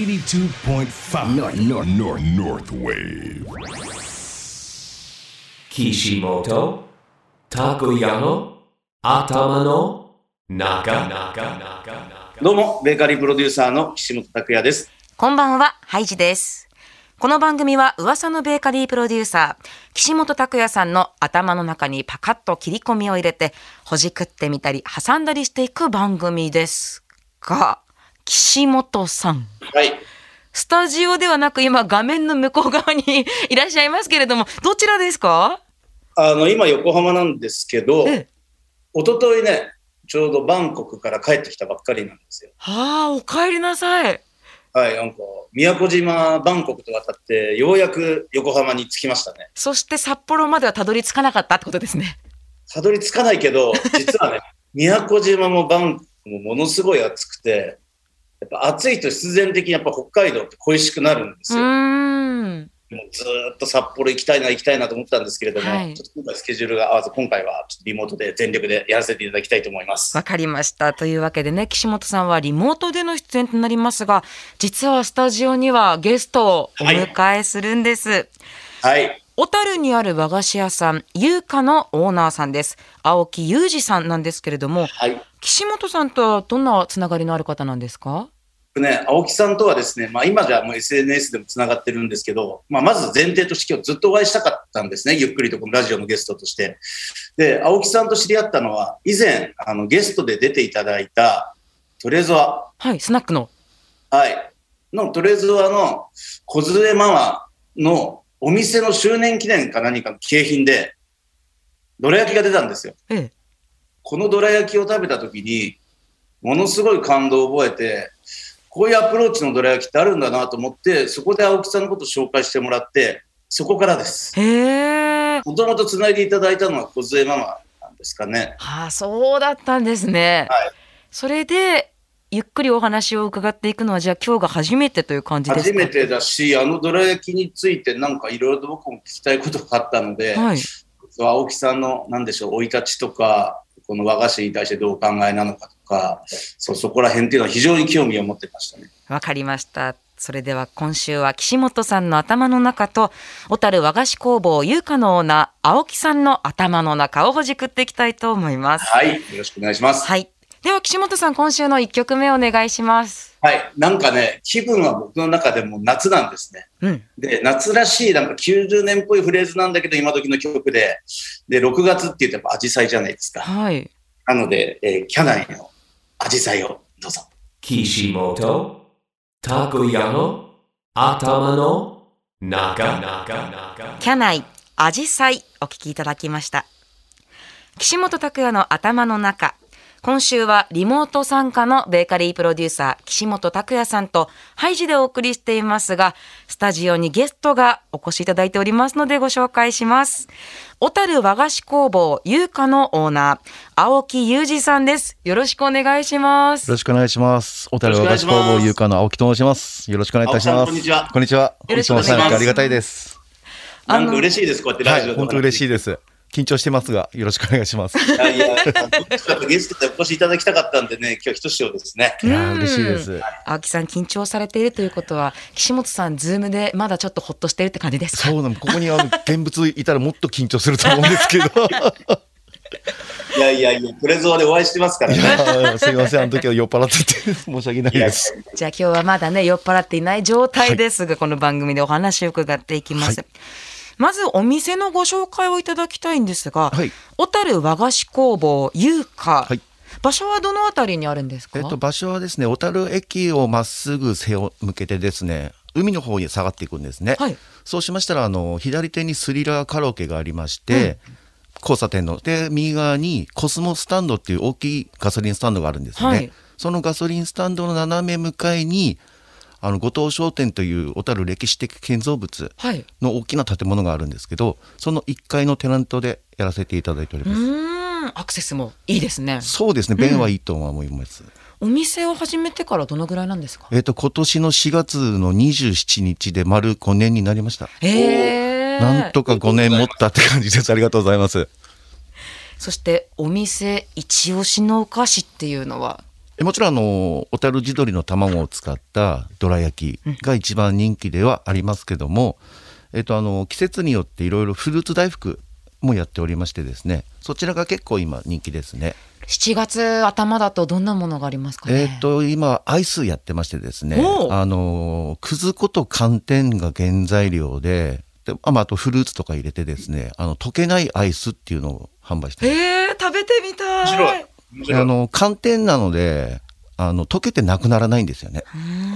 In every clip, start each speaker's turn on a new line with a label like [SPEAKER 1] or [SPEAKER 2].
[SPEAKER 1] 82.5 North, North, North, North Wave.
[SPEAKER 2] 岸本たこやの頭の中
[SPEAKER 3] どうも、ベーカリープロデューサーの岸本拓也です。
[SPEAKER 4] こんばんは、ハイジです。この番組は噂のベーカリープロデューサー、岸本拓也さんの頭の中にパカッと切り込みを入れて、ほじくってみたり、挟んだりしていく番組ですが、岸本さん、
[SPEAKER 3] はい。
[SPEAKER 4] スタジオではなく今画面の向こう側にいらっしゃいますけれども、どちらですか
[SPEAKER 3] あの、今、横浜なんですけど、
[SPEAKER 4] ええ
[SPEAKER 3] 一昨日ね、ちょうどバンコクから帰ってきたばっかりなんですよ。
[SPEAKER 4] ああ、お帰りなさい。
[SPEAKER 3] はい、なんか、宮古島、バンコクと渡って、ようやく横浜に着きましたね。
[SPEAKER 4] そして札幌まではたどり着かなかったってことですね。
[SPEAKER 3] たどり着かないけど、実はね、宮古島もバンコクもものすごい暑くて、やっぱ暑いと必然的にやっぱ北海道って恋しくなるんで
[SPEAKER 4] う
[SPEAKER 3] すよ。
[SPEAKER 4] ーん。
[SPEAKER 3] もうずーっと札幌行きたいな行きたいなと思ったんですけれども、
[SPEAKER 4] はい
[SPEAKER 3] ちょっと今回スケジュールが合わず今回はちょっとリモートで全力でやらせていただきたいと思います。
[SPEAKER 4] わかりました。というわけでね、岸本さんはリモートでの出演となりますが、実はスタジオにはゲストをお迎えするんです。
[SPEAKER 3] はい、
[SPEAKER 4] 小樽にある和菓子屋さん、優香のオーナーさんです。青木裕二さんなんですけれども、
[SPEAKER 3] はい。
[SPEAKER 4] 岸本さんとはどんなつながりのある方なんですか
[SPEAKER 3] ね、青木さんとはですね、まあ、今じゃもう SNS でもつながってるんですけど、まあ、まず前提として今日ずっとお会いしたかったんですね、ゆっくりとこのラジオのゲストとして。で、青木さんと知り合ったのは、以前あのゲストで出ていただいたトレゾア
[SPEAKER 4] はい、スナックの。
[SPEAKER 3] はい。の、トレゾアの、小杖ママのお店の周年記念か何かの景品で、どら焼きが出たんですよ。
[SPEAKER 4] ええ、
[SPEAKER 3] このどら焼きを食べた時に、ものすごい感動を覚えて、こういうアプローチのどら焼きってあるんだなと思って、そこで青木さんのことを紹介してもらって、そこからです。
[SPEAKER 4] へえ。
[SPEAKER 3] もともと繋いでいただいたのは小杖ママなんですかね。
[SPEAKER 4] ああ、そうだったんですね。
[SPEAKER 3] はい
[SPEAKER 4] それで、ゆっくりお話を伺っていくのは、じゃあ今日が初めてという感じですか
[SPEAKER 3] 初めてだし、あのどら焼きについてなんかいろいろと僕も聞きたいことがあったので、
[SPEAKER 4] はい。
[SPEAKER 3] そう青木さんの何でしょう生い立ちとかこの和菓子に対してどうお考えなのかとかそうそこら辺っていうのは非常に興味を持ってましたね。
[SPEAKER 4] わかりました。それでは今週は岸本さんの頭の中と、小樽和菓子工房優香のオーナー、青木さんの頭の中をほじくっていきたいと思います。
[SPEAKER 3] はい、よろしくお願いします。
[SPEAKER 4] はい。では岸本さん、今週の1曲目お願いします。
[SPEAKER 3] はい、なんかね気分は僕の中でも夏なんですね。
[SPEAKER 4] うん。
[SPEAKER 3] で夏らしいなんか90年っぽいフレーズなんだけど今時の曲でで6月っていうとやっぱ紫陽花じゃないですか。
[SPEAKER 4] はい。
[SPEAKER 3] なので、えーキャナイの紫陽花をどうぞ。
[SPEAKER 2] 岸本たこやの頭の中
[SPEAKER 4] キャナイ、アジサイ、お聞きいただきました。岸本拓也の頭の中。今週はリモート参加のベーカリープロデューサー、岸本拓也さんとハイジでお送りしていますが、スタジオにゲストがお越しいただいておりますのでご紹介します。小樽和菓子工房、優香のオーナー、青木裕二さんです。よろしくお願いします
[SPEAKER 5] よ。ろしくお願いします。小樽和菓子工房有価の青木と申します。よろしくお願いいたします。
[SPEAKER 3] 青木さんこんにちは
[SPEAKER 5] こん
[SPEAKER 4] よ
[SPEAKER 5] にちは。
[SPEAKER 4] ろしくお願い
[SPEAKER 5] つ
[SPEAKER 4] します
[SPEAKER 5] も参加ありがたいです。
[SPEAKER 4] あの
[SPEAKER 3] なんか嬉しいですこうやって
[SPEAKER 5] は
[SPEAKER 3] ラジオで
[SPEAKER 5] い、
[SPEAKER 3] も
[SPEAKER 5] 本当嬉しいです。緊張してますが、よろしくお願いします。い
[SPEAKER 3] いやいや、ゲストでお越しいただきたかったんでね、今日ひとしおですね。
[SPEAKER 5] やー嬉しいです。
[SPEAKER 4] 青木さん緊張されているということは、岸本さん、ズームでまだちょっとほっとしているって感じですか
[SPEAKER 5] そうなの、ここにあの現物いたらもっと緊張すると思うんで すけど。
[SPEAKER 3] いやいやいや、プレゾーでお会いしてますから
[SPEAKER 5] い
[SPEAKER 3] ね。
[SPEAKER 5] やーすいません、あの時は酔っ払ってて、申し訳ないです。
[SPEAKER 4] じゃあ今日はまだね酔っ払っていない状態ですが、この番組でお話を伺っていきます、まずお店のご紹介をいただきたいんですが、
[SPEAKER 5] はい
[SPEAKER 4] 小樽和菓子工房優香、
[SPEAKER 5] はい
[SPEAKER 4] 場所はどのあたりにあるんですか、
[SPEAKER 5] えっと、場所はですね、小樽駅をまっすぐ背を向けてですね、海の方に下がっていくんですね。
[SPEAKER 4] はい
[SPEAKER 5] そうしましたら、あの、左手にスリラーカラオケがありまして、交差点の。で、右側にコスモスタンドっていう大きいガソリンスタンドがあるんですよね。
[SPEAKER 4] はい
[SPEAKER 5] そのガソリンスタンドの斜め向かいに、あの、後藤商店という小樽歴史的建造物
[SPEAKER 4] はい
[SPEAKER 5] の大きな建物があるんですけど、その1階のテナントでやらせていただいており
[SPEAKER 4] う
[SPEAKER 5] ます。
[SPEAKER 4] ーんアクセスもいいですね
[SPEAKER 5] そうですね、便はいいとは思います。
[SPEAKER 4] お店を始めてからどのぐらいなんですか
[SPEAKER 5] えっ、と、今年の4月の27日で丸5年になりました。
[SPEAKER 4] へー
[SPEAKER 5] なんとか5年持ったって感じです。ありがとうございます。
[SPEAKER 4] そしてお店一押しのお菓子っていうのは
[SPEAKER 5] えもちろんあの小樽地鶏の卵を使ったどら焼きが一番人気ではありますけども、えっと、あの季節によっていろいろフルーツ大福もやっておりましてですねそちらが結構今人気ですね。
[SPEAKER 4] 7月頭だとどんなものがありますかね
[SPEAKER 5] えっ、と今アイスやってましてですね
[SPEAKER 4] おう
[SPEAKER 5] あのくず粉と寒天が原材料でであ,、まあ、あとフルーツとか入れてですねあの溶けないアイスっていうのを販売してます
[SPEAKER 4] えー、食べてみたい
[SPEAKER 3] 面白い。面
[SPEAKER 5] あ
[SPEAKER 3] 白い。
[SPEAKER 5] の寒天なのであの溶けてなくならないんですよね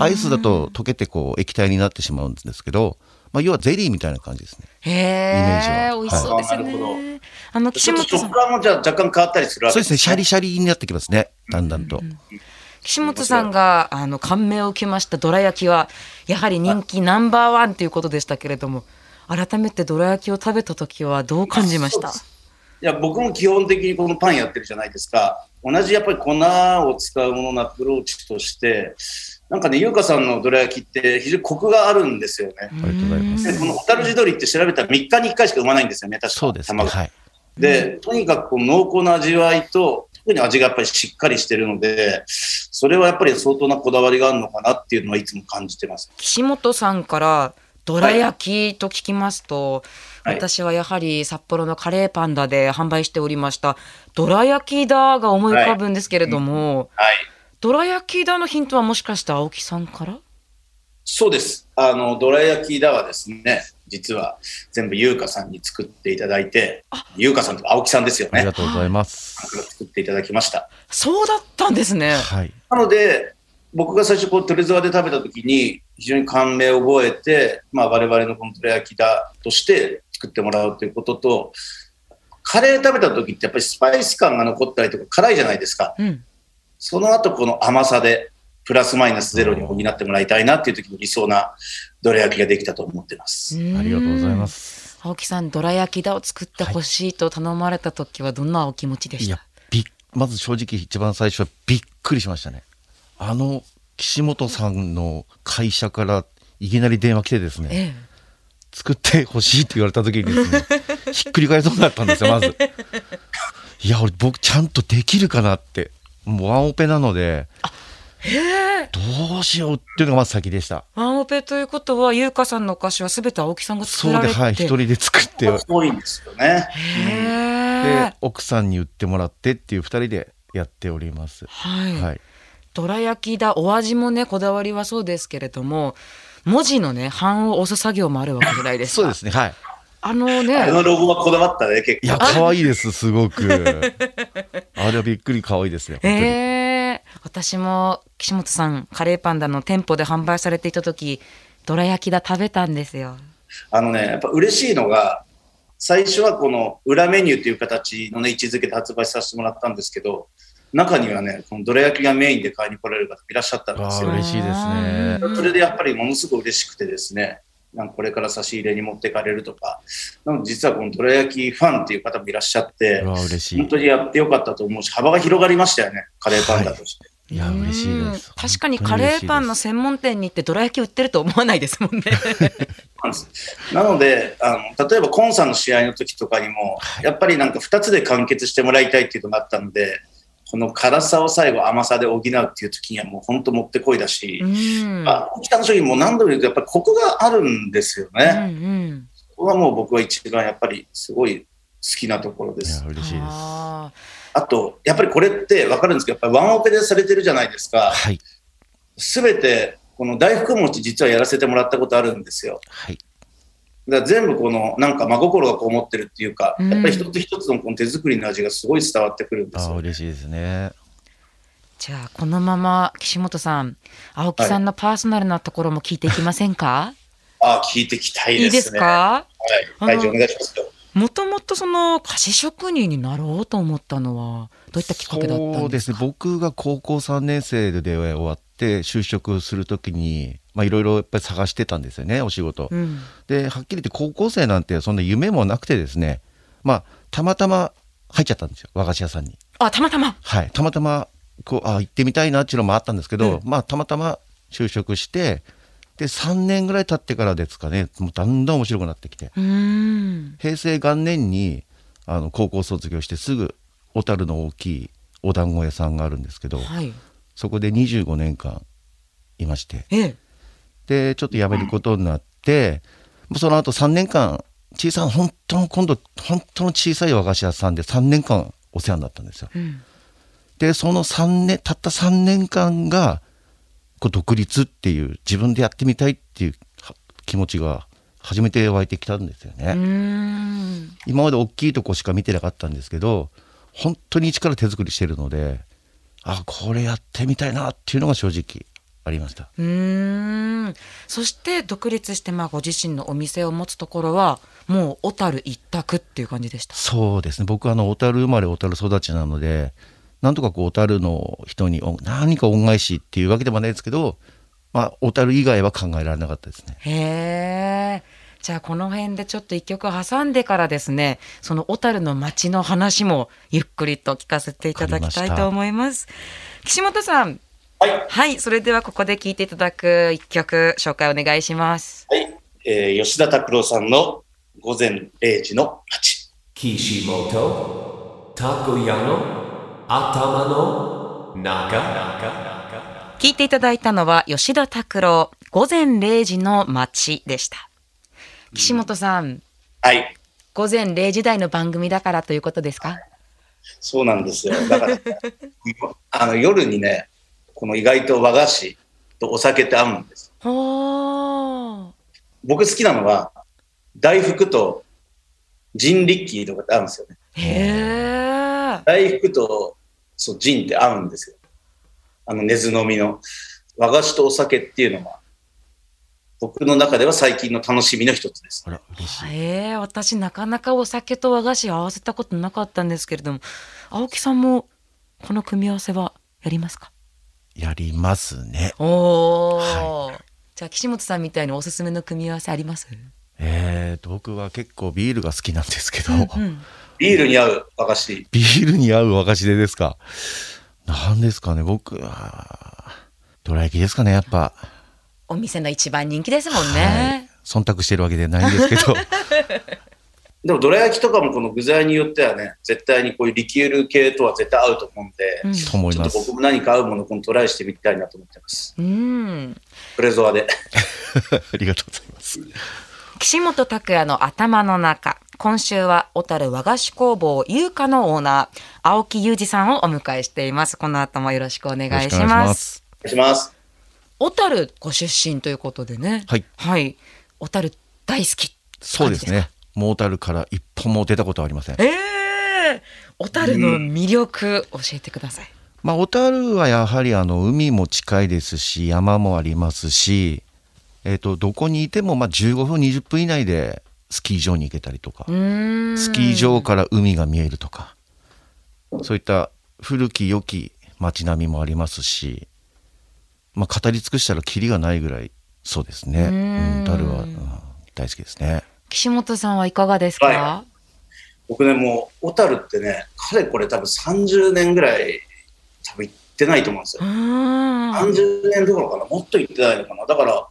[SPEAKER 5] アイスだと溶けてこう液体になってしまうんですけど、まあ、要はゼリーみたいな感じですねメージ
[SPEAKER 4] へえ
[SPEAKER 5] は
[SPEAKER 4] ー、美味しそうです
[SPEAKER 3] はいあなるほ
[SPEAKER 4] ねあの
[SPEAKER 3] ち
[SPEAKER 4] 岸
[SPEAKER 3] ょっと
[SPEAKER 4] 本さ
[SPEAKER 3] 食
[SPEAKER 4] ん
[SPEAKER 3] 感もじゃあ若干変わったりするわ
[SPEAKER 5] そ
[SPEAKER 3] け
[SPEAKER 5] うですねシャリシャリになってきますねだんだんと、
[SPEAKER 4] 岸本さんがあの感銘を受けましたどら焼きはやはり人気ナンバーワンということでしたけれども改めてどら焼きを食べた時はどう感じました
[SPEAKER 3] そういや僕も基本的にこのパンやってるじゃないですか同じやっぱり粉を使うもののアプローチとしてなんかね優香さんのどら焼きって非常にコクがあるんですよね
[SPEAKER 5] ありがとうございます
[SPEAKER 3] でこの小樽地鶏って調べたら3日に1回しか産まないんですよね確か
[SPEAKER 5] そうですね
[SPEAKER 3] 卵
[SPEAKER 5] はい
[SPEAKER 3] でとにかくこう濃厚な味わいと特に味がやっぱりしっかりしてるのでそれはやっぱり相当なこだわりがあるのかなっていうのはいつも感じてます
[SPEAKER 4] 岸本さんからどら焼きと聞きますと、
[SPEAKER 3] はい
[SPEAKER 4] 私はやはり札幌のカレーパンダで販売しておりましたどら焼きだが思い浮かぶんですけれども、
[SPEAKER 3] はい
[SPEAKER 4] どら焼きだのヒントはもしかして青木さんから
[SPEAKER 3] そうです。あの、どら焼きだはですね、実は全部優香さんに作っていただいて、優香さんとか青木さんですよ
[SPEAKER 5] あり
[SPEAKER 3] ね
[SPEAKER 5] が。とうございます、
[SPEAKER 3] 作っていただきました。
[SPEAKER 4] そうだったんですね
[SPEAKER 5] はい
[SPEAKER 3] なので、僕が最初こう、トレゾワで食べた時に、非常に感銘を覚えて、まあ、我々のこのどら焼きだとして作ってもらうということと、カレー食べた時ってやっぱりスパイス感が残ったりとか辛いじゃないですか。
[SPEAKER 4] うん
[SPEAKER 3] その後この甘さで、プラスマイナスゼロに補ってもらいたいなっていう時の理想などら焼きができたと思ってます。
[SPEAKER 5] ありがとうございますす
[SPEAKER 4] 青木さんどら焼きだを作ってほしいと頼まれた時はどんなお気持ちで
[SPEAKER 5] い
[SPEAKER 4] し
[SPEAKER 5] や
[SPEAKER 4] た、
[SPEAKER 5] びっまず正直一番最初はびっくりしましたね。あの岸本さんの会社からいきなり電話来てですね、
[SPEAKER 4] ええ
[SPEAKER 5] 作ってほしいって言われた時にで すね、ひっくり返りそうになったんですよ、まず。いや、俺僕ちゃんとできるかなって、もうワンオペなので、どうしようっていうのがまず先でした。
[SPEAKER 4] ワンオペということは優香さんのお菓子はすべて青木さんが
[SPEAKER 5] そ
[SPEAKER 4] 作ら
[SPEAKER 5] うで、
[SPEAKER 4] れて
[SPEAKER 5] はい、一人で作って、
[SPEAKER 3] 多いんですよね。
[SPEAKER 4] へえ
[SPEAKER 5] で奥さんに売ってもらってっていう二人でやっております。
[SPEAKER 4] はい、
[SPEAKER 5] はい。
[SPEAKER 4] どら焼きだお味もねこだわりはそうですけれども文字のね版を押す作業もあるわけじゃないですか
[SPEAKER 5] そうですね、はい。
[SPEAKER 4] あの
[SPEAKER 3] あ
[SPEAKER 4] ね
[SPEAKER 3] のロゴはこだわったね、結
[SPEAKER 5] いや、
[SPEAKER 3] 構。
[SPEAKER 5] 可愛いです、すごく。あれはびっくり可愛いですね、本当に。
[SPEAKER 4] えー、私も岸本さんカレーパンダの店舗で販売されていた時どら焼きだ食べたんですよ
[SPEAKER 3] あのね、やっぱ嬉しいのが、最初はこの裏メニューという形のね、位置づけで発売させてもらったんですけど、中にはね、このどら焼きがメインで買いに来られる方いらっしゃったんです
[SPEAKER 5] あー
[SPEAKER 3] よ。
[SPEAKER 5] 嬉しいですね
[SPEAKER 4] あー
[SPEAKER 3] それでやっぱりものすごく嬉しくてですね、なんかこれから差し入れに持っていかれるとか、なので実はこのどら焼きファンっていう方もいらっしゃって
[SPEAKER 5] う、わ、嬉し
[SPEAKER 3] 本
[SPEAKER 5] い。
[SPEAKER 3] 当にやってよかったと思うし、幅が広がりましたよね、カレーパンダとして。
[SPEAKER 5] いや、嬉しいです
[SPEAKER 4] うん。確かにカレーパンの
[SPEAKER 5] 本
[SPEAKER 4] 専門店に行ってどら焼き売ってると思わないですもんね
[SPEAKER 3] なんですなのであの、例えばコンさんの試合の時とかにも、やっぱりなんか2つで完結してもらいたいっていうのがあったので、この辛さを最後、甘さで補うっていう時には、もう本当、もってこいだし
[SPEAKER 4] う、ん
[SPEAKER 3] あ沖田の商品も何度も言うと、やっぱりコクがあるんですよ
[SPEAKER 4] うんう
[SPEAKER 3] ね。
[SPEAKER 4] ん
[SPEAKER 3] ここはもう僕は一番やっぱりすごい好きなところで
[SPEAKER 5] 当に
[SPEAKER 3] す。
[SPEAKER 5] 嬉しいですいや、嬉しいです。は
[SPEAKER 4] あ
[SPEAKER 3] あと、やっぱりこれって分かるんですけど、やっぱりワンオペでされてるじゃないですか、
[SPEAKER 5] い。
[SPEAKER 3] すべてこの大福餅、実はやらせてもらったことあるんですよ。
[SPEAKER 5] はい。
[SPEAKER 3] だから全部このなんか真心がこう持ってるっていうか、
[SPEAKER 4] うん
[SPEAKER 3] やっぱり一つ一つのこの手作りの味がすごい伝わってくるんです
[SPEAKER 5] あ、
[SPEAKER 3] よ。
[SPEAKER 5] 嬉しいですね。
[SPEAKER 4] ーじゃあこのまま岸本さん青木さんのパーソナルなところも聞いていきませんか、
[SPEAKER 3] ああ、聞いてきたい
[SPEAKER 4] いい
[SPEAKER 3] ですね。
[SPEAKER 4] ですかあの
[SPEAKER 3] はい、会長お願いしますよ。
[SPEAKER 4] もともとその菓子職人になろうと思ったのはどういったきっかけだった
[SPEAKER 5] そ
[SPEAKER 4] ん
[SPEAKER 5] う
[SPEAKER 4] で
[SPEAKER 5] ですす
[SPEAKER 4] か
[SPEAKER 5] ね。僕が高校3年生で終わって、就職するときに、まあ、いろいろやっぱり探してたんですよね、お仕事。
[SPEAKER 4] うん
[SPEAKER 5] ではっきり言って高校生なんてそんな夢もなくてですねまあたまたま入っちゃったんですよ和菓子屋さんに
[SPEAKER 4] あたまたま
[SPEAKER 5] はいたまたまこうあ行ってみたいなっていうのもあったんですけど、まあたまたま就職してで3年ぐらい経ってからですかねもうだんだん面白くなってきて
[SPEAKER 4] うーん
[SPEAKER 5] 平成元年にあの高校卒業してすぐ小樽の大きいお団子屋さんがあるんですけど
[SPEAKER 4] はい
[SPEAKER 5] そこで25年間いまして
[SPEAKER 4] ええ。
[SPEAKER 5] でちょっと辞めることになって、その後3年間小さな本当の今度本当の小さい和菓子屋さんで3年間お世話になったんですよ。
[SPEAKER 4] うん。
[SPEAKER 5] でその3年たった3年間がこう独立っていう自分でやってみたいっていうは気持ちが初めて湧いてきたんですよね。
[SPEAKER 4] うーん。
[SPEAKER 5] 今まで大きいとこしか見てなかったんですけど本当に一から手作りしてるのであこれやってみたいなっていうのが正直ありました。
[SPEAKER 4] うーん。そして独立してまあご自身のお店を持つところはもう小樽一択っていう感じでした。
[SPEAKER 5] そうですね僕はあの小樽生まれ小樽育ちなのでなんとかこう小樽の人にお何か恩返しっていうわけでもないですけど、まあ、小樽以外は考えられなかったですね。
[SPEAKER 4] へえ。じゃあこの辺でちょっと一曲挟んでからですね、その小樽の街の話もゆっくりと聞かせていただきたいと思います。岸本さん、
[SPEAKER 3] はい。
[SPEAKER 4] はい、それではここで聴いていただく一曲紹介お願いします。
[SPEAKER 3] はい。えー吉田拓郎さんの午前0時の8。
[SPEAKER 2] Kishimoto Takoyano Atamano Naga
[SPEAKER 4] 聴いていただいたのは吉田拓郎、午前0時の街でした。岸本さん、
[SPEAKER 3] はい。
[SPEAKER 4] 午前0時台の番組だからということですか
[SPEAKER 3] そうなんですよ。だ から、あの夜にね、この意外と和菓子とお酒って合うんです。
[SPEAKER 4] ほー。
[SPEAKER 3] 僕好きなのは、大福とジンリッキーとかって合うんですよね。
[SPEAKER 4] へー。
[SPEAKER 3] 大福とそうジンって合うんですよ。あの、根津飲みの。和菓子とお酒っていうのは、僕の中では最近の楽しみの一つです。
[SPEAKER 5] あら嬉しい
[SPEAKER 4] ええ私なかなかお酒と和菓子合わせたことなかったんですけれども青木さんもこの組み合わせはやりますか
[SPEAKER 5] やりますね。
[SPEAKER 4] おお、じゃあ岸本さんみたいにおすすめの組み合わせあります
[SPEAKER 5] えー、と僕は結構ビールが好きなんですけど、
[SPEAKER 4] うん
[SPEAKER 3] ビールに合う和菓子。
[SPEAKER 5] ビールに合う和菓子でですか何ですかね僕はどら焼きですかねやっぱ。
[SPEAKER 4] お店の一番人気ですもん
[SPEAKER 5] はい
[SPEAKER 4] ね、
[SPEAKER 5] 忖度してるわけではないんです けど
[SPEAKER 3] でも、どら焼きとかもこの具材によってはね、絶対にこういうリキュール系とは絶対合うと思うんで、
[SPEAKER 4] うん
[SPEAKER 5] と思い
[SPEAKER 3] ちょっ
[SPEAKER 5] ま
[SPEAKER 3] と
[SPEAKER 5] す。
[SPEAKER 3] 僕も何か合うもの、このトライしてみたいなと思ってます。
[SPEAKER 4] うん、
[SPEAKER 3] プレゾアで。
[SPEAKER 5] ありがとうございます。
[SPEAKER 4] 岸本拓也の頭の中今週は小樽和菓子工房優香のオーナー青木裕二さんをお迎えしていますこの後もよろしくお願いします
[SPEAKER 5] よろしくお願いします
[SPEAKER 3] お願いします。
[SPEAKER 4] 小樽ご出身ということでね
[SPEAKER 5] はい
[SPEAKER 4] はい、小樽大好き
[SPEAKER 5] そうですね。モータルから一歩も出たことはありません。
[SPEAKER 4] ええ小樽の魅力教えてください。
[SPEAKER 5] まあ、小樽はやはりあの海も近いですし、山もありますし、えっ、と、どこにいてもまあ15分、20分以内でスキー場に行けたりとか、
[SPEAKER 4] うん
[SPEAKER 5] スキー場から海が見えるとか、そういった古き良き街並みもありますし、まあ、語り尽くしたらキリがないぐらい、そうですね。うん、小樽は、うん大好きですね。
[SPEAKER 4] 岸本さんはいかがですか。
[SPEAKER 3] は僕ね、もう、小樽ってね、かれこれ多分30年ぐらい、多分行ってないと思うんですよ
[SPEAKER 4] う。ーん。
[SPEAKER 3] 30年どころかな、もっと行ってないのかな。だから、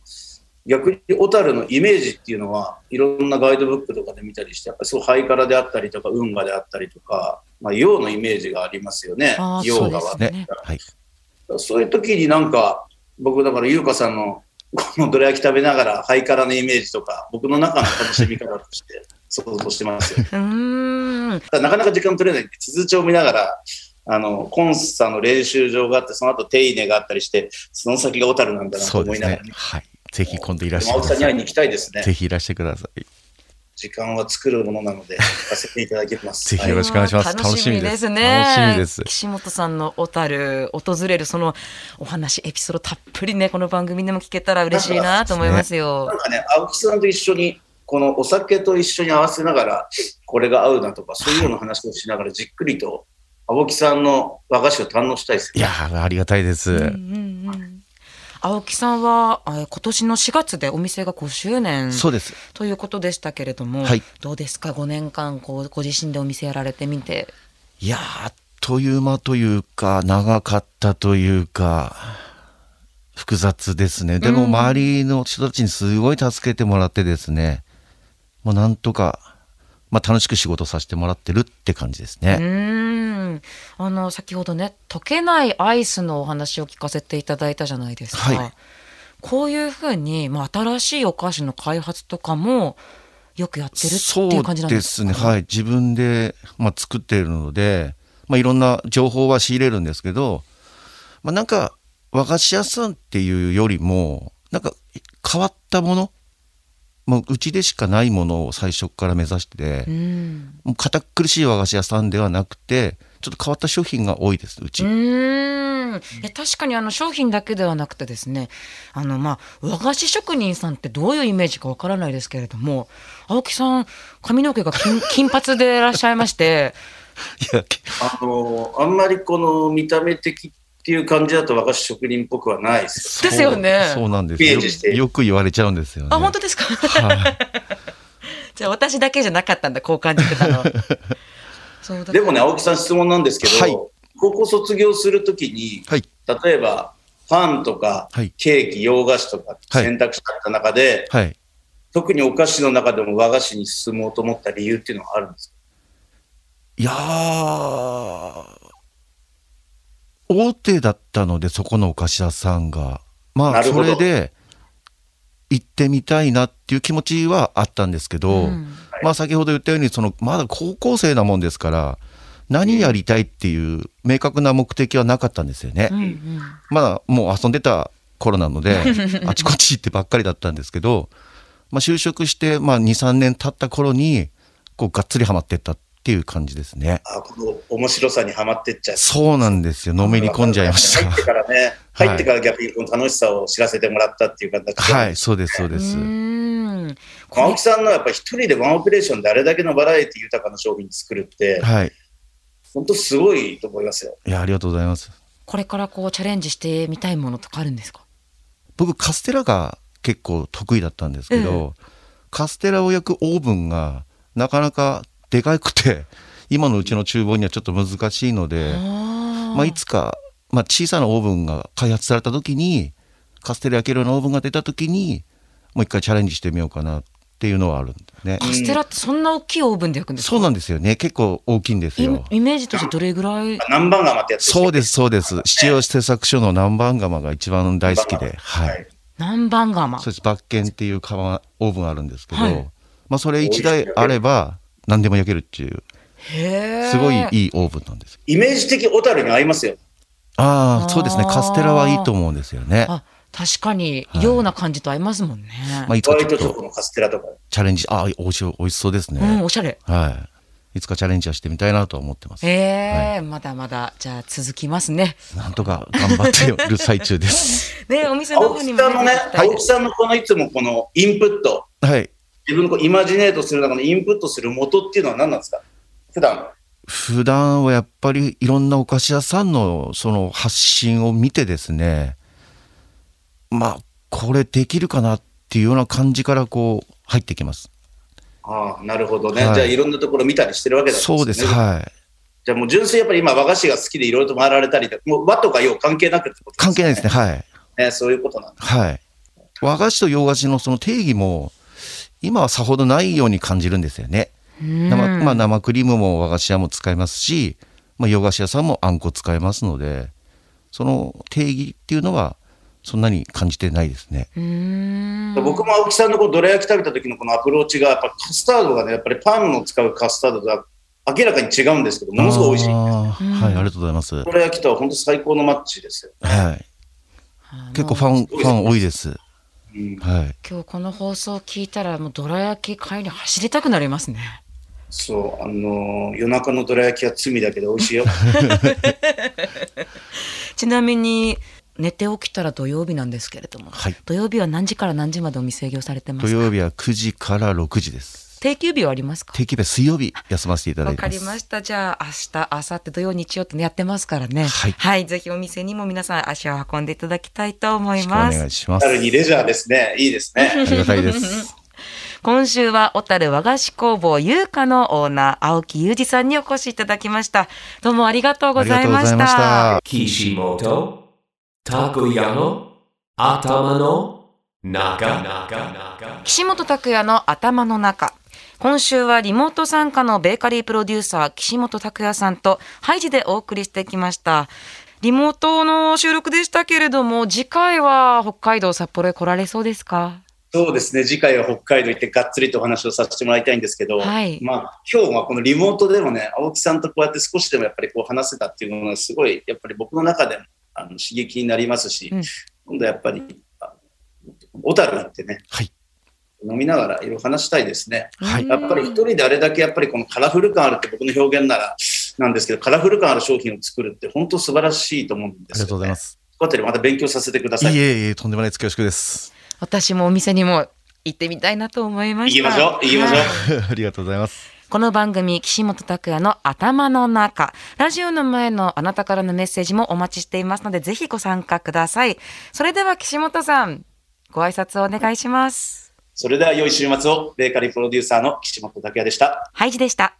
[SPEAKER 3] 逆に小樽のイメージっていうのは、いろんなガイドブックとかで見たりして、やっぱりそうハイカラであったりとか、運河であったりとか、まあ、洋のイメージがありますよね
[SPEAKER 4] あ、ー
[SPEAKER 3] 洋
[SPEAKER 5] そう
[SPEAKER 3] が
[SPEAKER 5] で
[SPEAKER 3] は
[SPEAKER 5] す
[SPEAKER 4] そうです
[SPEAKER 5] ね
[SPEAKER 4] ね。
[SPEAKER 5] はい。
[SPEAKER 3] そういう時になんか、僕だから優香さんのこのどら焼き食べながらハイカラのイメージとか、僕の中の楽しみ方として想像してますよ。
[SPEAKER 4] うーん。
[SPEAKER 3] ただなかなか時間取れないんで、地図帳見ながら、あの、コンサの練習場があって、その後手稲があったりして、その先が小樽なんだなと
[SPEAKER 5] そう
[SPEAKER 3] 思
[SPEAKER 5] で
[SPEAKER 3] い
[SPEAKER 5] す
[SPEAKER 3] なが
[SPEAKER 5] ね
[SPEAKER 3] ら、。
[SPEAKER 5] はい。ぜひ今度いらっ
[SPEAKER 3] で
[SPEAKER 5] し
[SPEAKER 3] も
[SPEAKER 5] ゃい
[SPEAKER 3] 青木
[SPEAKER 5] くだ
[SPEAKER 3] さ
[SPEAKER 5] さ
[SPEAKER 3] んに会い
[SPEAKER 5] い。
[SPEAKER 3] に行きたいですね。
[SPEAKER 5] ぜひいらしてください。
[SPEAKER 3] 時間は作るものな ので、行かせていただきます。
[SPEAKER 5] ぜひよろしくお願いします
[SPEAKER 4] 楽しみですね。
[SPEAKER 5] 楽しみです
[SPEAKER 4] 岸本さんの小樽訪れるそのお話エピソードたっぷりねこの番組でも聞けたら嬉しいなと思いますよ
[SPEAKER 3] な。んかね、青木さんと一緒に、このお酒と一緒に合わせながら、これが合うなとか、そういうような話をしながら、じっくりと、青木さんの和菓子を堪能したいです
[SPEAKER 5] いやーありがたいです。
[SPEAKER 4] うんうんうん青木さんはえー今年の4月でお店が5周年
[SPEAKER 5] そうです。
[SPEAKER 4] ということでしたけれども、
[SPEAKER 5] はい
[SPEAKER 4] どうですか5年間こうご自身でお店やられてみて
[SPEAKER 5] いやーあっという間というか長かったというか複雑ですね。でも周りの人たちにすごい助けてもらってですね。もうなんとかまあ楽しく仕事させてもらってるって感じです
[SPEAKER 4] う
[SPEAKER 5] ね。
[SPEAKER 4] ーんん、あの先ほどね溶けないアイスのお話を聞かせていただいたじゃないですか、
[SPEAKER 5] はい
[SPEAKER 4] こういうふうに、まあ、新しいお菓子の開発とかもよくやってるっていう感じなんです
[SPEAKER 5] そうですねはい自分で、まあ、作っているので、まあ、いろんな情報は仕入れるんですけど、まあ、なんか和菓子屋さんっていうよりもなんか変わったものもううちでしかないものを最初から目指して、
[SPEAKER 4] うん
[SPEAKER 5] もう堅苦しい和菓子屋さんではなくてちょっと変わった商品が多いですうち、
[SPEAKER 4] うーんいや確かにあの商品だけではなくてですねあの、まあ、和菓子職人さんってどういうイメージかわからないですけれども青木さん髪の毛が金 金髪でいらっしゃいまして
[SPEAKER 5] いや
[SPEAKER 3] あのあんまりこの見た目的っていう感じだと和菓子職人っぽくはないです
[SPEAKER 5] そう
[SPEAKER 4] ですよね
[SPEAKER 5] そうなんです
[SPEAKER 3] イメ
[SPEAKER 5] よ
[SPEAKER 3] ージして
[SPEAKER 5] よく言われちゃうんですよね
[SPEAKER 4] あ本当ですか
[SPEAKER 5] はい
[SPEAKER 4] じゃあ私だけじゃなかったんだこう感じてたの そうだ
[SPEAKER 3] でもね、青木さん質問なんですけど、
[SPEAKER 5] はい
[SPEAKER 3] 高校卒業するときに、
[SPEAKER 5] はい
[SPEAKER 3] 例えばパンとか、
[SPEAKER 5] はい
[SPEAKER 3] ケーキ、洋菓子とか
[SPEAKER 5] はい
[SPEAKER 3] 選択肢あった中で、
[SPEAKER 5] はい
[SPEAKER 3] 特にお菓子の中でも和菓子に進もうと思った理由っていうのはあるんですか
[SPEAKER 5] いやー大手だったのでそこのお菓子屋さんがま
[SPEAKER 3] な
[SPEAKER 5] あ
[SPEAKER 3] る
[SPEAKER 5] そ
[SPEAKER 3] ほど
[SPEAKER 5] れで行ってみたいなっていう気持ちはあったんですけど、
[SPEAKER 4] うん
[SPEAKER 5] まあ先ほど言ったようにそのまだ高校生なもんですから何やりたいっていう明確な目的はなかったんですよね。
[SPEAKER 4] うんうん
[SPEAKER 5] まあもう遊んでた頃な のであちこち行ってばっかりだったんですけど、まあ、就職して、まあ、23年経った頃にこうがっつりハマってったっていう感じですね。
[SPEAKER 3] あこの面白さにはまってっちゃう。
[SPEAKER 5] そうなんですよ。のめり込んじゃいまし
[SPEAKER 3] 入って
[SPEAKER 5] た。
[SPEAKER 3] からね、
[SPEAKER 5] はい
[SPEAKER 3] 入ってから逆にこの楽しさを知らせてもらったっていう形で、
[SPEAKER 5] はい、そうです、そう
[SPEAKER 4] う
[SPEAKER 5] です。
[SPEAKER 4] ーんこ
[SPEAKER 3] 青
[SPEAKER 4] れ
[SPEAKER 3] 木さんのやっぱ一人でワンオペレーションであれだけのバラエティ豊かな商品作るって、
[SPEAKER 5] はい。
[SPEAKER 3] 本当すごいと思いますよ。
[SPEAKER 5] いや、ありがとうございます。
[SPEAKER 4] これからこうチャレンジしてみたいものとかあるんですか
[SPEAKER 5] 僕、カステラが結構得意だったんですけど、カステラを焼くオーブンがなかなかでかくて、今のうちの厨房にはちょっと難しいので、
[SPEAKER 4] ま
[SPEAKER 5] まあ、いつか、まあ、小さなオーブンが開発された時に、カステラ焼けるようなオーブンが出た時に、もう一回チャレンジしてみようかなっていうのはあるんだよね。
[SPEAKER 4] カステラってそんな大きいオーブンで焼くんですか
[SPEAKER 5] そうなんですよね。結構大きいんです
[SPEAKER 4] イ
[SPEAKER 5] よ。
[SPEAKER 4] イメージとしてどれぐらい
[SPEAKER 3] 南蛮釜ってやつ
[SPEAKER 5] そう
[SPEAKER 3] で
[SPEAKER 5] です、そうです。七葉製作所の南蛮釜が一番大好き
[SPEAKER 3] す、
[SPEAKER 5] で、は
[SPEAKER 3] はい
[SPEAKER 5] い。
[SPEAKER 4] 南蛮釜
[SPEAKER 5] そうです、バッケンっていう釜、オーブンあるんですけど、
[SPEAKER 4] はい
[SPEAKER 5] まあそれ一台あれば、何でも焼けるっていう、
[SPEAKER 4] へー
[SPEAKER 5] すごいいいオーブンなんです。
[SPEAKER 3] イメージ的小樽に合いますよ。
[SPEAKER 5] あ
[SPEAKER 4] あー
[SPEAKER 5] あ、そうですね。カステラはいいと思うんですよね。
[SPEAKER 4] あ確かに
[SPEAKER 5] はい
[SPEAKER 4] ような感じと合いますもんね、
[SPEAKER 5] まあいつ
[SPEAKER 3] ホ
[SPEAKER 5] か
[SPEAKER 3] ワ
[SPEAKER 5] ち
[SPEAKER 3] イト
[SPEAKER 5] ょっ
[SPEAKER 3] チョ
[SPEAKER 5] と
[SPEAKER 3] コのカステラとか。
[SPEAKER 5] チャレンジ、ああ、おいしい、おいしそうですね。
[SPEAKER 4] うんおしゃれ
[SPEAKER 5] はい。いつかチャレンジはしてみたいなとは思ってます。
[SPEAKER 4] えーまだまだじゃあ続きますね
[SPEAKER 5] なんとか頑張っている最中 です。
[SPEAKER 4] ねお店の
[SPEAKER 3] 青
[SPEAKER 4] 方
[SPEAKER 3] 木
[SPEAKER 4] にも
[SPEAKER 3] さんのね、
[SPEAKER 4] はい
[SPEAKER 3] 青木さんのこのいつもこのインプット、
[SPEAKER 5] はい。
[SPEAKER 3] 自分のこうイマジネートする中のインプットする元っていうのは何なんですか普段。
[SPEAKER 5] 普段はやっぱりいろんなお菓子屋さんのその発信を見てですねまあこれできるかなっていうような感じからこう入ってきます
[SPEAKER 3] ああ、なるほどね。
[SPEAKER 5] はい
[SPEAKER 3] じゃあいろんなところ見たりしてるわけなんですね。
[SPEAKER 5] そうですはい
[SPEAKER 3] じゃあもう純粋にやっぱり今和菓子が好きでいろいろと回られたりとか、もう和とか洋関係なくってこと
[SPEAKER 5] 関係ないですねはい
[SPEAKER 3] ね。ねそういうことなんだ。
[SPEAKER 5] はい和菓子と洋菓子のその定義も今はさほどないように感じるんですよね
[SPEAKER 4] うん
[SPEAKER 5] 生,、まあ、生クリームも和菓子屋も使えますし、まあ、洋菓子屋さんもあんこ使えますのでその定義っていうのはそんなに感じてないですね
[SPEAKER 4] うーん
[SPEAKER 3] 僕も青木さんのこうどら焼き食べた時のこのアプローチが、やっぱカスタードがね、やっぱりパンの使うカスタードとは明らかに違うんですけど、ものすごい美味しい。
[SPEAKER 5] あー
[SPEAKER 4] うん
[SPEAKER 5] はい、ありがとうございます。
[SPEAKER 3] どら焼きとは本当最高のマッチですよ。
[SPEAKER 5] はい、
[SPEAKER 4] あの
[SPEAKER 5] 結構ファン、ファン多いです。
[SPEAKER 3] うん
[SPEAKER 5] はい。
[SPEAKER 4] 今日この放送を聞いたらもうどら焼き買いに走りたくなりますね
[SPEAKER 3] そう、あのー夜中のどら焼きは罪だけど美味しいよ。
[SPEAKER 4] ちなみに寝て起きたら土曜日なんですけれども、
[SPEAKER 5] はい
[SPEAKER 4] 土曜日は何時から何時までお店営業されてま
[SPEAKER 5] 土
[SPEAKER 4] すか
[SPEAKER 5] 曜日は9時から6時です。
[SPEAKER 4] 定休日はありますか
[SPEAKER 5] 定期日は水曜日休ませていただ
[SPEAKER 4] わ
[SPEAKER 5] いて
[SPEAKER 4] か
[SPEAKER 5] ます。
[SPEAKER 4] りました。じゃあ、明日、明後日、土曜、日曜ってね、やってますからね。
[SPEAKER 5] はい
[SPEAKER 4] ぜひお店にも皆さん足を運んでいただきたいと思い
[SPEAKER 5] よろ
[SPEAKER 4] ま
[SPEAKER 5] しくお願
[SPEAKER 4] す
[SPEAKER 5] い。します。
[SPEAKER 3] 春にレジャーですね。いいですね。
[SPEAKER 5] ありがたいです。
[SPEAKER 4] 今週は、小樽和菓子工房優香のオーナー、青木裕二さんにお越しいただきました。どうもありがとう
[SPEAKER 5] あ
[SPEAKER 4] ご
[SPEAKER 5] りが
[SPEAKER 4] ざい
[SPEAKER 5] とうご
[SPEAKER 4] ま
[SPEAKER 5] ざい
[SPEAKER 4] し。
[SPEAKER 5] ましたた。
[SPEAKER 2] Kishimoto Takuyano Atamano Naga.
[SPEAKER 4] 岸本拓也の頭の中今週はリモート参加のベーカリープロデューサー岸本拓也さんとハイジでお送りしてきましたリモートの収録でしたけれども次回は北海道札幌へ来られそうですか
[SPEAKER 3] そうですね、次回は北海道行ってがっつりとお話をさせてもらいたいんですけど、
[SPEAKER 4] はい
[SPEAKER 3] まあ今日はこのリモートでもね、青木さんとこうやって少しでもやっぱりこう話せたっていうのが、すごいやっぱり僕の中でもあの刺激になりますし、
[SPEAKER 4] うん
[SPEAKER 3] 今度やっぱり、あ小樽行ってね、
[SPEAKER 5] はい
[SPEAKER 3] 飲みながらいろいろ話したいですね。
[SPEAKER 5] はい
[SPEAKER 3] やっぱり一人であれだけやっぱりこのカラフル感あるって僕の表現ならなんですけど、カラフル感ある商品を作るって本当素晴らしいと思うんで
[SPEAKER 5] あ
[SPEAKER 3] す
[SPEAKER 5] り
[SPEAKER 3] よ、ね。。
[SPEAKER 5] がとうございますす。
[SPEAKER 3] こうやってまた勉強させてくだ
[SPEAKER 5] い
[SPEAKER 3] さい。
[SPEAKER 5] えいえ、とんでもないです。恐縮です。
[SPEAKER 4] 私もお店にも行ってみたいなと思いま
[SPEAKER 3] 行き
[SPEAKER 4] した
[SPEAKER 3] ましょう、行きましょう。
[SPEAKER 4] はい
[SPEAKER 5] ありがとうございます。
[SPEAKER 4] この番組岸本拓也の頭の中ラジオの前のあなたからのメッセージもお待ちしていますのでぜひご参加くださいそれでは岸本さんご挨拶をお願いします
[SPEAKER 3] それでは良い週末を、ベーカリープロデューサーの岸本拓也でした。
[SPEAKER 4] ハイジでした